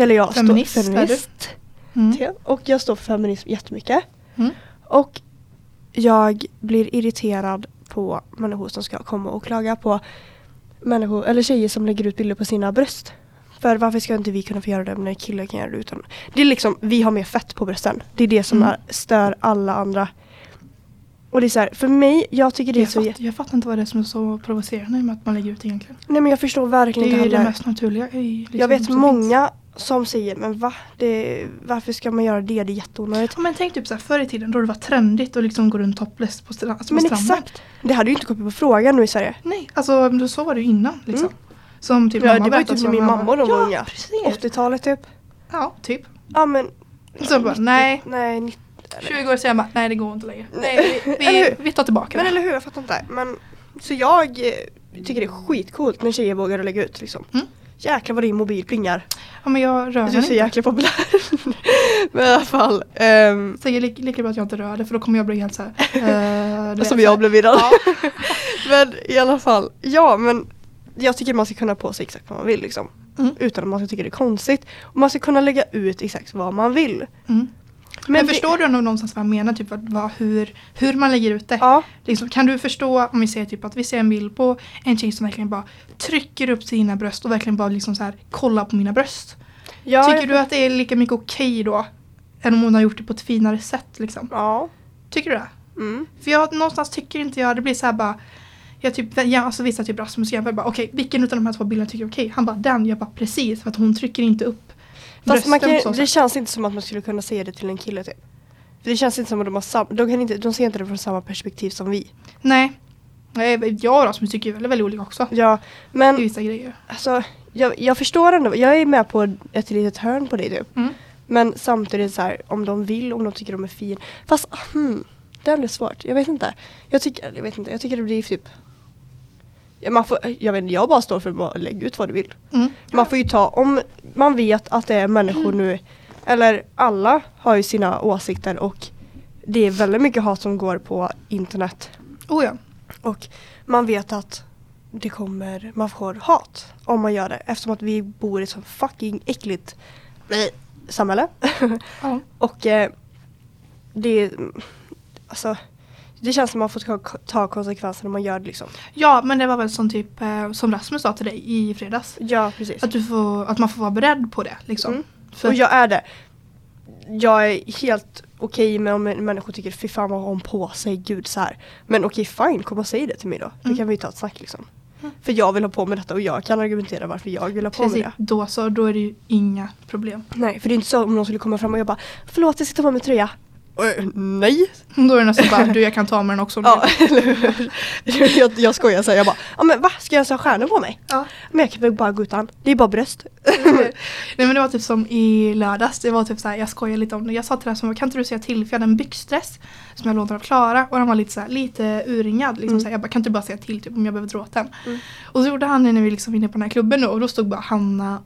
Eller jag
Feminist,
står
är du?
feminist.
Mm.
Och jag står för feminism jättemycket.
Mm.
Och jag blir irriterad på människor som ska komma och klaga på människor, eller tjejer som lägger ut bilder på sina bröst. För varför ska inte vi kunna få göra det när killar kan göra det utan? Det är liksom, vi har mer fett på brösten. Det är det som
Mm.
är, stör alla andra. Och det är så här, för mig, jag tycker det är
Jag,
så... jä-
fatt, jag fattar inte vad det är som är så provocerande med att man lägger ut egentligen.
Nej men jag förstår
Det
verkligen
är ju
inte
det
heller.
mest naturliga. i, Liksom,
Jag vet
som finns.
många som säger, men va? Det, varför ska man göra det? Det är jätteonödigt.
Ja, men tänk typ så här, förr i tiden då det var trendigt att liksom gå runt topless på, stra- alltså på
Men
stranden.
exakt. Det hade ju inte kommit på frågan nu i Sverige.
Nej, alltså så var det ju innan liksom.
Mm.
Som typ
ja,
mamma
det var ju
berättade
typ
så
när min mamma och de var
ja,
unga.
Precis.
80-talet typ.
Ja, typ.
Ja men.
Så bara,
90
nej.
Nej, 90
20 år senare bara, nej det går inte längre.
Nej,
Nej, vi,
eller
vi,
hur?
vi tar tillbaka
Men
det.
eller hur, jag fattar inte. Men, så jag eh, tycker det är skitcoolt när tjejer vågar lägga ut liksom.
Mm.
Jäklar vad din mobil plingar.
Ja men jag rör
Du är så
den inte.
jäkla populär. men i alla fall. ehm,
Säger li- lika bra att jag inte rör det för då kommer jag bli helt såhär. Uh,
som jag blev idag.
Ja.
men i alla fall. Ja men. Jag tycker man ska kunna ha på sig exakt vad man vill liksom.
Mm.
Utan att man ska tycka det är konstigt. Och man ska kunna lägga ut exakt vad man vill. Men,
Mm. Men,
det-
förstår du ändå någonstans vad jag menar? Typ vad, vad, hur, hur man lägger ut det?
Ja.
Liksom, kan du förstå om vi ser typ att vi ser en bild på en tjej som verkligen bara trycker upp sina bröst och verkligen bara liksom så här kollar på mina bröst.
ja
Tycker
jag-
du att det är lika mycket okej då? Än om hon har gjort det på ett finare sätt liksom?
Ja.
Tycker du det?
Mm.
För jag någonstans tycker inte jag, det blir så här bara jag typ, jag, alltså visar typ Rasmus och jag bara okej vilken utav de här två bilderna tycker jag är okej? Han bara den, jag bara precis för att hon trycker inte upp
Fast man
brösten på så
kan, det
sätt.
känns inte som att man skulle kunna säga det till en kille typ. För det känns inte som att de har sam, de, kan inte, de ser inte det från samma perspektiv som vi.
Nej. Nej, jag och Rasmus tycker ju väldigt, väldigt olika också.
Ja,
I
men
vissa grejer.
alltså, jag, jag förstår ändå, jag är med på ett litet hörn på det typ.
Mm.
Men samtidigt så här, om de vill, om de tycker de är fin. Fast hmm, det är ändå svårt, jag vet inte. Jag tycker, jag vet inte, jag tycker det blir typ Ja, man får, jag vet inte, jag bara står för att bara lägga ut vad du vill.
Mm.
Man får ju ta, om man vet att det är människor nu, eller alla har ju sina åsikter och det är väldigt mycket hat som går på internet.
Oh ja.
Och man vet att det kommer, man får hat om man gör det. Eftersom att vi bor i ett så fucking äckligt eh, samhälle.
ja.
Och eh, det, alltså, det känns som man får ta- ta konsekvenser när man gör det liksom.
Ja men det var väl som typ eh, som Rasmus sa till dig i fredags.
Ja, precis.
Att, du får, att man får vara beredd på det liksom.
Mm.
För,
Och jag är det. Jag är helt okej med om människor tycker fy fan vad har hon på sig, gud så här. Men okej fine, kom och säg det till mig då. Då
Mm.
kan vi ta ett snack liksom.
Mm.
För jag vill ha på mig detta och jag kan argumentera varför jag vill ha på mig
precis,
det.
då så, då är det ju inga problem.
Nej, för det är inte så om någon skulle komma fram och jag bara förlåt jag ska ta på mig tröja. Eh, nej.
Då är det nästan bara, du jag kan ta med den också om
Ja,
du vill.
eller hur? jag, jag skojar så här, jag bara, ja men va? Ska jag ens ha stjärnor på mig?
Ja.
Men jag kan väl bara gå utan, det är bara bröst.
Nej men det var typ som i lördags, det var typ såhär, jag skojar lite om det. Jag sa till Rasmus, kan inte du säga till? För jag hade en byxdress som jag lånade av Klara och den var lite såhär, lite urringad. Liksom,
Mm.
såhär, jag bara, kan inte du bara säga till typ, om jag behöver dra åt den?
Mm.
Och så gjorde han det när vi liksom var inne på den här klubben då, och då stod bara Hanna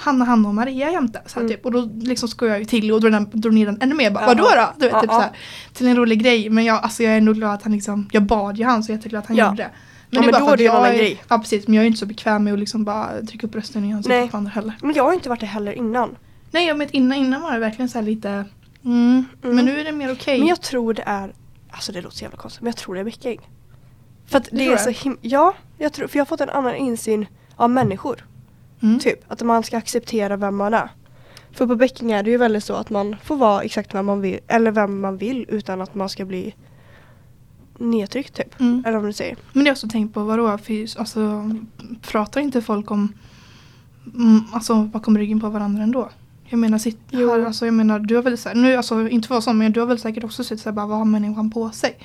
Hanna, Hanna och Maria jämte. Så här,
Mm.
typ. Och då liksom skojade jag ju till och drog, den, drog ner den ännu mer. Bara,
Ja.
Vadå då? Du vet,
Ja,
typ,
ja.
så här, till en rolig grej. Men jag, alltså, jag är ändå glad att han liksom, jag bad ju han så jag är jätteglad att han
Ja.
gjorde det.
Ja, men
bara
då
för
är
att
det ju en
jag
annan
är-
grej.
Ja precis, men jag är ju inte så bekväm med att liksom bara trycka upp rösten i
Nej.
ansiktet på andra heller.
Men jag har inte varit det heller innan.
Nej, jag vet innan, innan var det verkligen så här lite mm,
Mm.
Men nu är det mer okej.
Men jag tror det är, alltså det låter så jävla konstigt, men jag tror det är bäcking. För att
Du
det
tror
är
det?
så him- ja, jag tror, för jag har fått en annan insyn av människor.
Mm.
Typ, att man ska acceptera vem man är. För på bäcking är det ju väldigt så att man får vara exakt vem man vill, eller vem man vill utan att man ska bli nedtryckt typ.
Mm.
Eller om du säger.
Men jag har också tänkt på vadå, för, alltså, pratar inte folk om mm, alltså, bakom ryggen på varandra ändå? Jag menar, sitt,
Jo.
har, alltså, jag menar du har väl så här, nu alltså inte för sån men du har väl säkert också sett så här, bara, vad har människan på sig?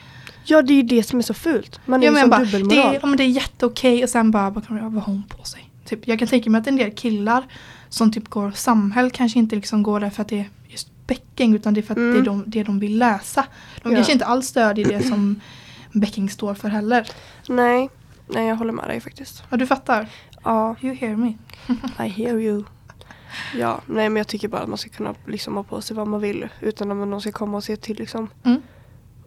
Ja det är ju det som är så fult. Man är
jag
ju
menar
som
bara, det
dubbelmoral.
är, ja, men det är jätteokej och sen bara bakom ryggen, vad har hon på sig? Typ, jag kan tänka mig att en del killar som typ går samhäll kanske inte liksom går där för att det är just bäcking utan det är för att
Mm.
det är de, det de vill läsa. De
Ja.
kanske inte alls stödjer det som bäcking står för heller.
Nej, nej jag håller med dig faktiskt.
Ja, du fattar.
Ja,
You hear me.
I hear you. Ja, nej men jag tycker bara att man ska kunna liksom ha på sig vad man vill utan att någon ska komma och se till liksom.
Mm.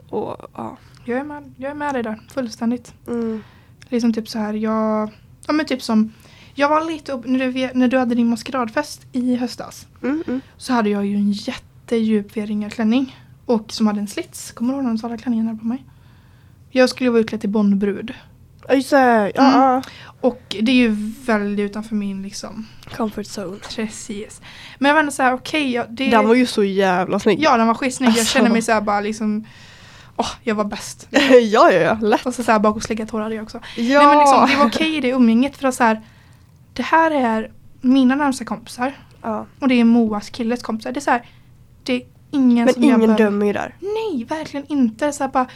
Och ja.
Jag är, med, jag är med dig där, fullständigt.
Mm.
Liksom typ så här, jag... Ja men typ som... Jag var lite upp... När du, när du hade din maskeradfest i höstas
Mm, mm.
så hade jag ju en jättedjup V-ringarklänning. Och som hade en slits. Kommer du ihåg den svarta klänningen här på mig? Jag skulle vara utklädd till Bondbrud.
Ja, just det. Ja,
Mm.
ja.
Och det är ju väldigt utanför min liksom...
Comfort zone.
Precis. Men jag var ändå så här, okej... jag- det...
Den var ju så jävla snygg.
Ja den var skitsnygg. Jag
Alltså.
kände mig så här bara liksom... Åh, jag var bäst.
ja, ja, ja. Lätt.
Och så, så här bakom tår hade jag också.
Ja.
Nej men liksom, det var okej i det umgänget för att så här, det här är mina närmsta kompisar
ja.
och det är Moas killes kompisar. Det är så här, det är ingen
Men
som jag
ingen
behöver-
dömer ju där.
Nej, verkligen inte. Så här, bara,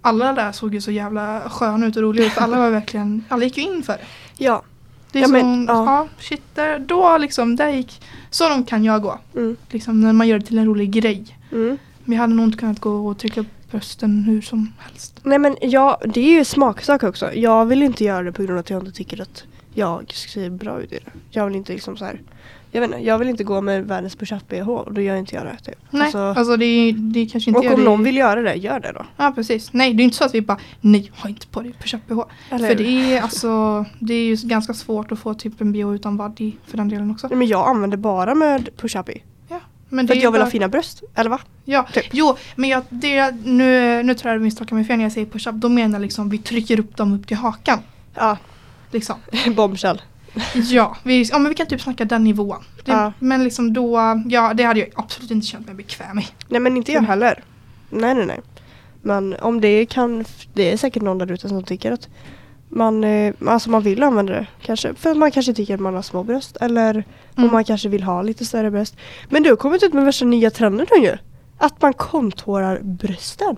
alla där såg ju så jävla sköna ut och roliga ut för alla var verkligen, alla gick ju in för det.
Ja.
Det är
Ja,
som,
men, ja.
ja. shit, där, då liksom, där gick, så långt kan jag gå.
Mm.
Liksom när man gör det till en rolig grej.
Mm.
Men jag hade nog inte kunnat gå och trycka upp brösten hur som helst.
Nej men ja, det är ju smaksak också. Jag vill inte göra det på grund av att jag inte tycker att jag ser bra ut i det. Jag vill inte liksom så här. Jag vet inte, jag vill inte gå med världens push-up bh och då gör inte jag det. Typ.
Nej,
Alltså,
alltså, det, är- det är kanske inte
och
gör
om
det-
någon vill göra det, gör det då.
Ja precis. Nej det är inte så att vi bara nej ha inte på dig push-up-bh.
Eller
För
hur?
det är alltså det är ju ganska svårt att få typ en bh utan vadd i för den delen också.
Nej, men jag använder bara med push-up i.
Ja. Men
För
är
att jag vill
bara-
ha fina bröst, eller va?
Ja,
typ.
jo men jag, det är, nu, nu tror jag du misstolkar mig fel när jag säger push-up. Då menar jag liksom vi trycker upp dem upp till hakan.
Ja,
Liksom.
bombshell.
Ja, vi, ja men vi kan typ snacka den nivån. Det,
Ja.
Men liksom då, ja det hade jag absolut inte känt mig bekväm i.
Nej men inte jag
Mm.
heller. Nej nej nej. Men om det kan, det är säkert någon där ute som tycker att man, eh, alltså man vill använda det kanske. För att man kanske tycker att man har små bröst eller om
Mm.
man kanske vill ha lite större bröst. Men du har kommit ut med värsta nya trenden ju. Att man kontourar brösten.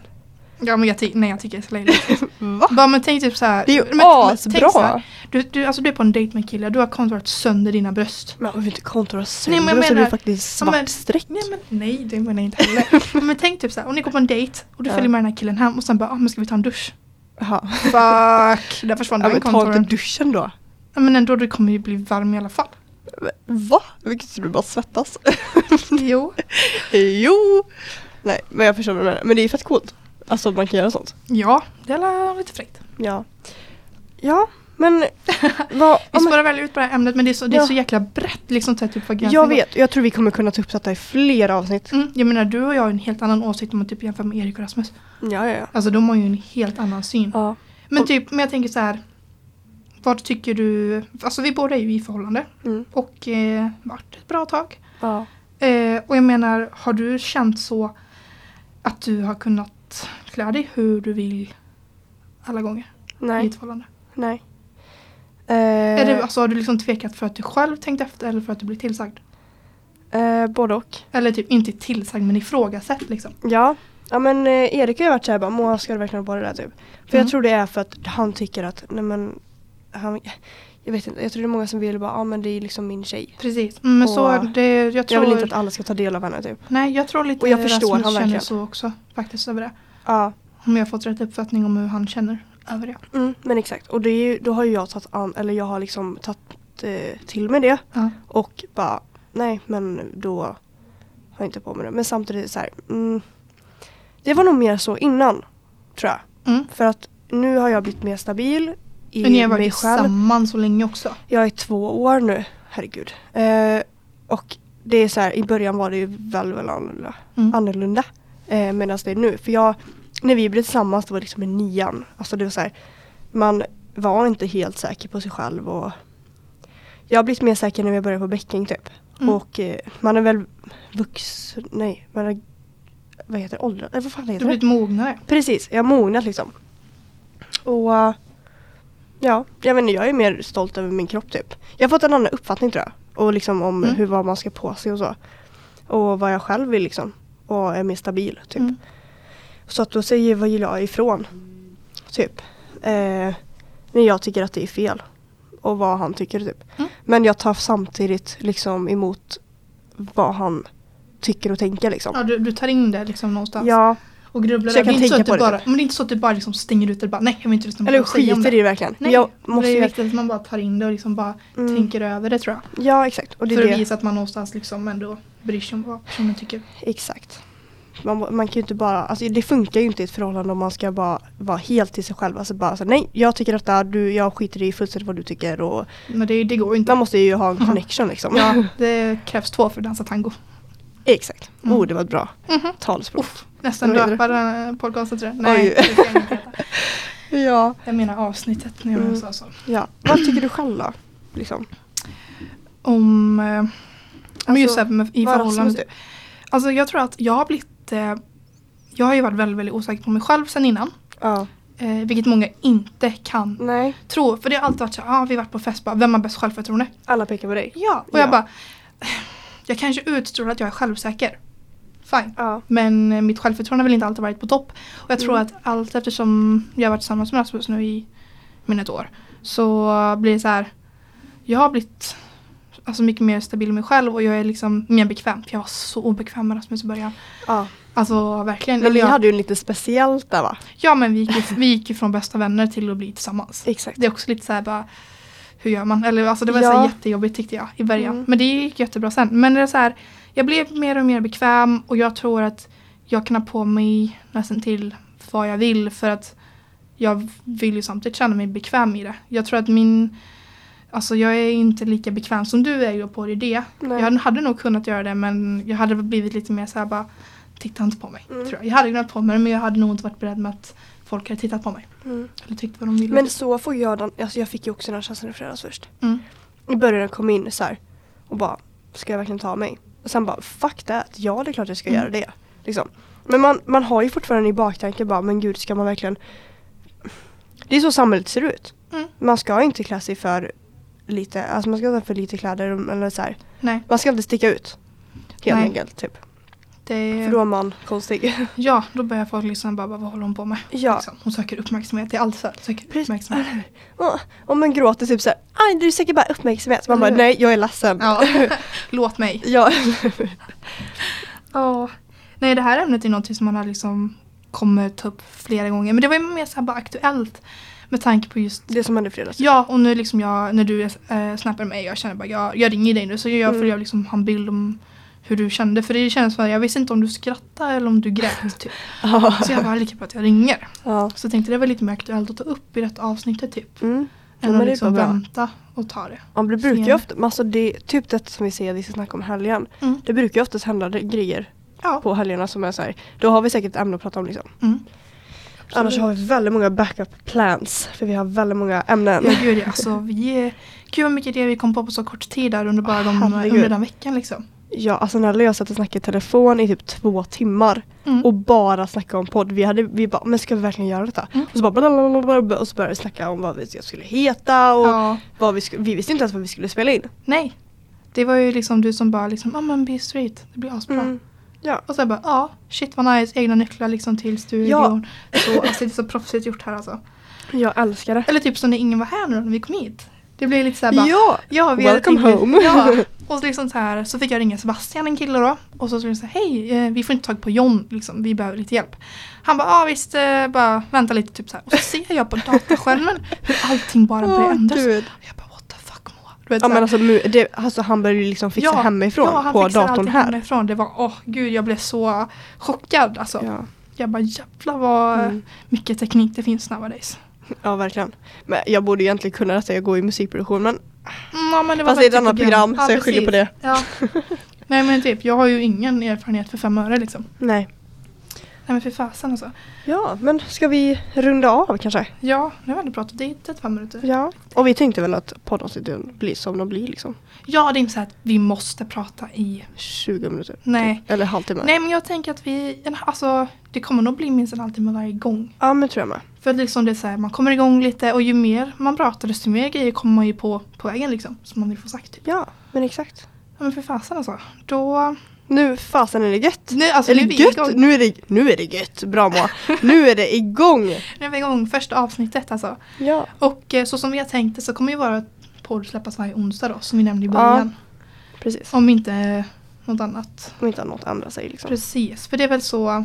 Ja men jag, ty- nej, jag tycker det är så löjligt.
Va?
Bara men tänk typ såhär.
Det är ju
men- men tänk så här,
asbra!
Du, du, alltså du är på en dejt med en kille, du har kontrat sönder dina bröst.
Men om vi inte kontourar
Nej,
sönder
men jag
så är det ju
menar-
faktiskt
Ja, men-
svart streck.
Nej men nej det menar jag inte heller. men tänk typ såhär om ni går på en dejt och du
Ja.
följer med den här killen hem och sen bara ah, men ska vi ta en dusch?
Jaha.
Fuck! Där försvann
Ja,
den
men ta typ
kontoren.
inte duschen då.
Ja men ändå du kommer ju bli varm i alla fall.
Va? Vilket du bara svettas.
jo.
jo! Nej, men jag förstår vad du menar. Men det är ju fett coolt. Alltså att man kan göra sånt.
Ja, det är la- lite fräckt.
Ja. Ja, men vad...
Vi
ja, men-
spårar väl ut på det här ämnet men det är så, det är
Ja.
så jäkla brett liksom så här, typ vad gränsen
Jag
går.
vet, jag tror vi kommer kunna ta upp detta i flera avsnitt.
Mm, jag menar du och jag har en helt annan åsikt om man typ jämför med Erik och Rasmus.
Ja, ja, ja.
Alltså de har ju en helt annan syn.
ja.
Men
Och-
typ, men jag tänker så här. Vad tycker du? Alltså vi båda är ju i förhållande
Mm.
och eh, varit ett bra tag.
ja.
Eh, och jag menar, har du känt så att du har kunnat klä dig hur du vill alla gånger i
Nej,
ett förhållande?
nej.
Är det,
Mm. Eh,
alltså, har du liksom tvekat för att du själv tänkt efter eller för att du blir tillsagd?
eh, både och.
Eller typ inte tillsagd men ifrågasatt liksom.
Ja, ja men eh, Erik har ju varit såhär bara Moa ska du verkligen ha på det där typ. För
Mm.
jag tror det är för att han tycker att, nej men han, jag vet inte, jag tror det är många som vill bara, ja ah, men det är liksom min tjej.
Precis. Mm, Men så,
Och-
det, jag tror,
Jag vill inte att alla ska ta del av henne typ.
nej, jag tror lite
Och jag förstår
Rasmus
han
känner
verkligen.
så också faktiskt över det.
Ja,
Om jag har fått rätt uppfattning om hur han känner över det.
mm, men exakt. Och det är ju, då har ju jag tagit an, eller jag har liksom tagit eh, till mig det
Ja.
och bara, nej men då har jag inte på mig det. Men samtidigt så här, mm, det var nog mer så innan, tror jag.
Mm.
För att nu har jag blivit mer stabil i
Men ni har
mig
varit
själv.
tillsammans så länge också.
Jag är två år nu, herregud. Eh, och det är så här, i början var det ju väl, väl annorlunda,
Mm.
annorlunda eh, medan det är nu. För jag, när vi blev tillsammans, det var liksom i nian. Alltså det var så här, man var inte helt säker på sig själv och jag har blivit mer säker när vi började på bäcking typ.
Mm.
Och eh, man är väl vuxen, nej, man är, vad heter det, åldrad, eller vad fan
Du
heter
har
det?
blivit mognare.
Precis, jag har mognat liksom. Och eh, ja, jag vet inte, jag är mer stolt över min kropp typ. Jag har fått en annan uppfattning tror jag. Och liksom om
Mm.
hur vad man ska på sig och så. Och vad jag själv vill liksom. Och är mer stabil typ.
Mm.
Så att då säger vad jag ifrån. Typ. Eh, när jag tycker att det är fel. Och vad han tycker typ.
Mm.
Men jag tar samtidigt liksom emot vad han tycker och tänker liksom.
Ja, du, du tar in det liksom någonstans.
Ja,
Och grubblar
Så jag
över.
kan
Det är inte
tänka
att du
på det,
bara, Men det är inte så att du bara liksom stänger ut det och bara nej jag vill inte lyssna på
eller
Mm. vad du säger om
skiter i det verkligen.
Nej,
jag
det
måste
är
ju
viktigt att man bara tar in det och liksom bara
Mm.
tänker över det tror jag.
Ja exakt. Och det är
För att
det.
visa att man någonstans liksom ändå bryr sig om vad personen tycker.
Exakt. Man, man kan ju inte bara, alltså det funkar ju inte i ett förhållande om man ska bara vara helt till sig själv. Alltså bara så, nej jag tycker detta, du, jag skiter i fullständigt vad du tycker och
Men det, det går ju inte.
man måste ju ha en connection liksom.
Mm. Ja, det krävs två för att dansa tango.
Exakt.
Mm.
Oh det var ett bra
Mhm.
talspråk.
Uff, nästan
Vad heter
döpa den här podcasten tror jag. Nej,
Oj.
det ska jag inte heta.
Ja.
Jag menar avsnittet när jag
Mm.
sa så.
ja. Vad tycker du själv då? Liksom.
Om... Eh, men just så här, med, i
Alltså, vad
förhållande.
Rasmus
Alltså jag tror att jag har blivit... Eh, jag har ju varit väldigt, väldigt osäker på mig själv sedan innan.
du- Ja.
Eh, vilket många inte kan
Nej.
tro. För det har alltid varit så här, ah, vi har varit på fest, bara, vem har bäst självförtroende?
Alla pekar på dig.
Ja, och jag
Ja.
bara... Jag kanske utstrålar att jag är självsäker. Fine.
Ja.
Men eh, mitt självförtroende har väl inte alltid varit på topp. Och jag tror
Mm.
att allt eftersom jag har varit tillsammans med Rasmus nu i mina ett år så blir det så här. Jag har blivit alltså, mycket mer stabil med mig själv och jag är liksom mer bekväm. För jag var så obekväm med Rasmus i början.
ja.
Alltså verkligen.
Men
Eller
vi
jag,
hade ju lite speciellt där va?
Ja men vi gick, vi gick ju från bästa vänner till att bli tillsammans.
Exakt.
Det är också lite så här bara hur gör man? Eller alltså det var så här
Ja.
jättejobbigt tyckte jag i början.
Mm.
Men det gick jättebra sen. Men det är så här, jag blev mer och mer bekväm och jag tror att jag kan ha på mig nästan till vad jag vill för att jag vill ju samtidigt känna mig bekväm i det. Jag tror att min Alltså jag är inte lika bekväm som du är ju på det. det.
Nej.
Jag hade nog kunnat göra det men jag hade väl blivit lite mer så här bara Titta inte på mig.
Mm.
Tror jag. jag hade kunnat på mig det men jag hade nog inte varit beredd med att folk hade tittat på mig.
Mm.
Eller tyckt vad de ville.
Men så får jag den, alltså jag fick ju också den här känslan i fredags först.
Mm.
I början när jag kom in så här och bara, ska jag verkligen ta mig? Och sen bara, fuck that, ja det är klart jag ska
Mm.
göra det. Liksom. Men man, man har ju fortfarande i baktanken bara, men gud ska man verkligen Det är så samhället ser ut.
Mm.
Man ska inte klä sig för lite, alltså man ska inte ha för lite kläder eller så här.
Nej,
Man ska inte sticka ut. Helt
Nej. Eh.
enkelt typ.
det...
För då är man konstig.
Ja, då börjar folk liksom bara, bara vad håller hon på med?
Ja.
Liksom. Hon söker uppmärksamhet, det är alltid så här, söker
Precis.
uppmärksamhet.
Åh, Om man gråter typ såhär, aj du söker bara uppmärksamhet. Man bara,
Eller hur?
nej jag är ledsen.
Mm. Ja. Låt mig.
ja.
Ja. Nej, det här ämnet är någonting som man har liksom kommer ta upp flera gånger. Men det var ju mer så här bara aktuellt med tanke på just
Det som hände i fredags.
Ja, och nu liksom jag, när du eh, snappar mig, jag känner bara, jag, jag ringer dig nu så jag, för
Mm.
jag liksom har en bild om hur du kände. För det kändes som att jag visste inte om du skrattade eller om du grät. Typ.
Ja.
Så jag var lika bra att jag ringer.
ja.
Så jag tänkte det var lite mer aktuellt att ta upp i detta avsnittet typ.
Mm. Ja,
Än
men
att
det är
liksom
bara bra.
vänta och ta det.
Ja, men det brukar ju
Sen.
ofta, men alltså det typ det som vi ser vi ska snacka om helgen.
Mm.
Det brukar ju oftast hända det- grejer
Ja.
på helgerna som är så här. Då har vi säkert ett ämne att prata om liksom.
Mm.
Annars
Absolut.
har vi väldigt många backup plans för vi har väldigt många ämnen.
Ja gud ja, alltså vi är... Gud vad mycket idéer vi kom på på så kort tid där under bara de,
Herregud.
under den veckan liksom.
Ja, alltså när jag satt och snackade i telefon i typ två timmar
Mm.
och bara snackade om podd. Vi, hade, vi bara, men ska vi verkligen göra detta?
Mm.
Och så bara blablabla, och så började vi snacka om vad vi skulle heta och
ja.
vad vi skulle, vi visste inte ens vad vi skulle spela in.
Nej. Det var ju liksom du som bara liksom, ja ah, men be straight, det blir asbra.
Mm. Ja.
Och sen bara, ja, shit vad nice, egna nycklar liksom till studion. Så, alltså, det är så proffsigt gjort här alltså.
Jag älskar det.
Eller typ som när ingen var här nu när vi kom hit. Det blev lite såhär bara,
ja!
Ja, vi hade
Welcome
tänkt-
home.
Ja. Och så, liksom så, här, så fick jag ringa Sebastian, en kille då. Och så skulle jag säga, hej, eh, vi får inte tag på John, liksom, vi behöver lite hjälp. Han bara, ja ah, visst, eh, bara vänta lite typ så här. Och så ser jag på dataskärmen hur allting bara börjar
Åh,
ändras.
gud.
Jag bara, what the fuck Moa? Du vet,
Ja
så
men
här,
alltså, nu- det, alltså han började ju liksom fixa
ja,
hemifrån
ja, han
på
fixar
datorn
allting
här.
Hemifrån. Det var, åh gud, jag blev så chockad alltså.
Ja.
Jag bara, jävlar vad
Mm.
mycket teknik det finns nowadays.
ja verkligen. Men jag borde egentligen kunna detta, jag går i musikproduktion men
Mm, ja, men det var
fast det är ett
faktiskt
annat program så jag skyller på det.
Ja. Nej men typ, jag har ju ingen erfarenhet för fem öre liksom.
Nej.
Nej men för fasen alltså.
Ja men ska vi runda av kanske?
Ja, nu har vi pratat i typ fem minuter.
Ja. Och vi tänkte väl att poddavsnitten blir som de blir liksom.
Ja, det är inte så att vi måste prata i...
20 minuter.
Nej.
Eller halvtimme.
Nej men jag tänker att vi, en- alltså det kommer nog bli minst en halvtimme varje gång.
Ja men tror jag med.
För att liksom det är så här, man kommer igång lite och ju mer man pratar desto mer grejer kommer man ju på på vägen liksom. Som man vill få sagt typ.
Ja men exakt.
Ja men för fasen alltså. Då...
Nu fasen är det gött.
Nu, alltså,
är
nu
det
är vi
gött?
igång.
Nu är det, nu är det gött. Bra Moa. nu är det igång.
Nu är vi igång, första avsnittet alltså.
Ja.
Och eh, så som vi har tänkt det så kommer ju våra podd släppas varje onsdag då, som vi nämnde i början.
Precis.
Om inte eh, något annat
Om inte något ändrar sig liksom.
Precis, för det är väl så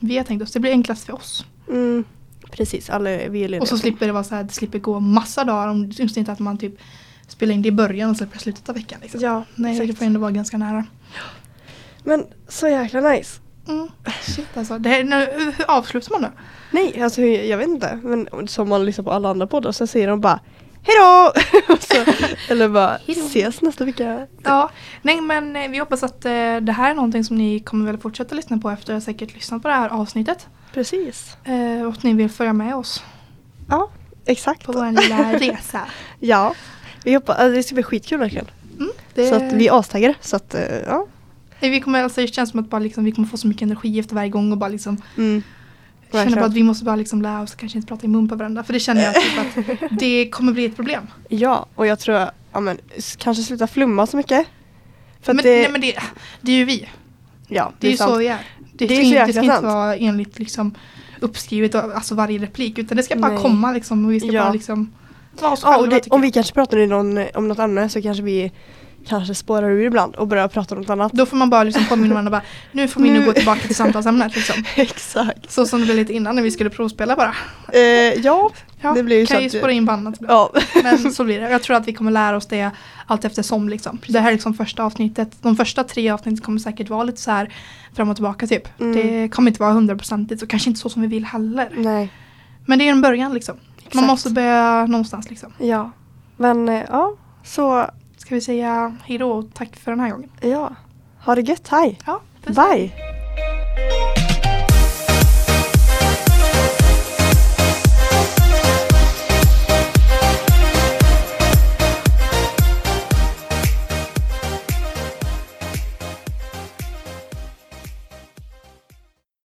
vi har tänkt oss. Det blir enklast för oss.
Mm. Precis, alla är- vi är lediga.
Och så slipper det vara så här, det slipper gå massa dagar om just inte att man typ spelar in det i början och släpper i slutet av veckan. Liksom.
Ja,
Nej,
exakt.
det får ändå vara ganska nära.
Men så jäkla nice.
Mm. Shit alltså, det här, nu, hur- hur avslutar man då?
Nej, alltså hur- jag vet inte. Men som man lyssnar på alla andra poddar så säger de bara Hejdå! Och så, eller bara
Hejdå.
ses nästa vecka.
Ja, nej men eh, vi hoppas att eh, det här är någonting som ni kommer väl fortsätta lyssna på efter att ha säkert lyssnat på det här avsnittet.
Precis.
Eh, och att ni vill följa med oss
Ja, exakt.
på vår lilla resa.
Ja. Vi hoppas, alltså, det ska bli skitkul verkligen.
Mm, det-
Så att vi är astaggade. Så att, eh, ja.
Nej, Vi kommer alltså, det känns som att bara liksom, vi kommer få så mycket energi efter varje gång och bara liksom
Mm.
Jag känner
Verkligen.
bara att vi måste bara liksom lära oss att kanske inte prata i mun på varandra. För det känner jag typ att det kommer bli ett problem.
Ja, och jag tror, ja men s- kanske sluta flumma så mycket. För att
Men,
det,
nej, men det, det är ju vi.
ja,
Det är ju
sant.
så vi är. Det, ska,
Det är så
inte, det
jäkla
ska inte
sant.
vara enligt liksom uppskrivet, och- alltså varje replik. Utan det ska bara
Nej.
komma liksom. Och vi ska
Ja.
bara liksom vara oss
Ja, och
själva.
det,
tycker
om
jag.
vi kanske pratar i någon, eh, om något annat så kanske vi kanske spårar ur ibland och börjar prata om något annat.
Då får man bara liksom påminna varandra bara, nu får vi nu
Nu-
gå tillbaka till samtalsämnet liksom.
Exakt.
Så som det blev lite innan när vi skulle provspela bara.
Eh, ja,
Ja,
Det blir ju så
kan ju
att-
spåra in på annat ibland.
ja.
Men så blir det. Jag tror att vi kommer lära oss det allt eftersom. Liksom. Det här är liksom första avsnittet. De första tre avsnitten kommer säkert vara lite så här fram och tillbaka typ.
Mm.
Det kommer inte vara hundraprocentigt och kanske inte så som vi vill heller.
Nej,
Men det är en början liksom. Man
Exakt.
måste börja någonstans liksom.
ja. Men eh, ja, så
Ska vi säga hejdå och tack för den här gången?
ja. Ha det gött, hej.
Ja, puss.
Bye.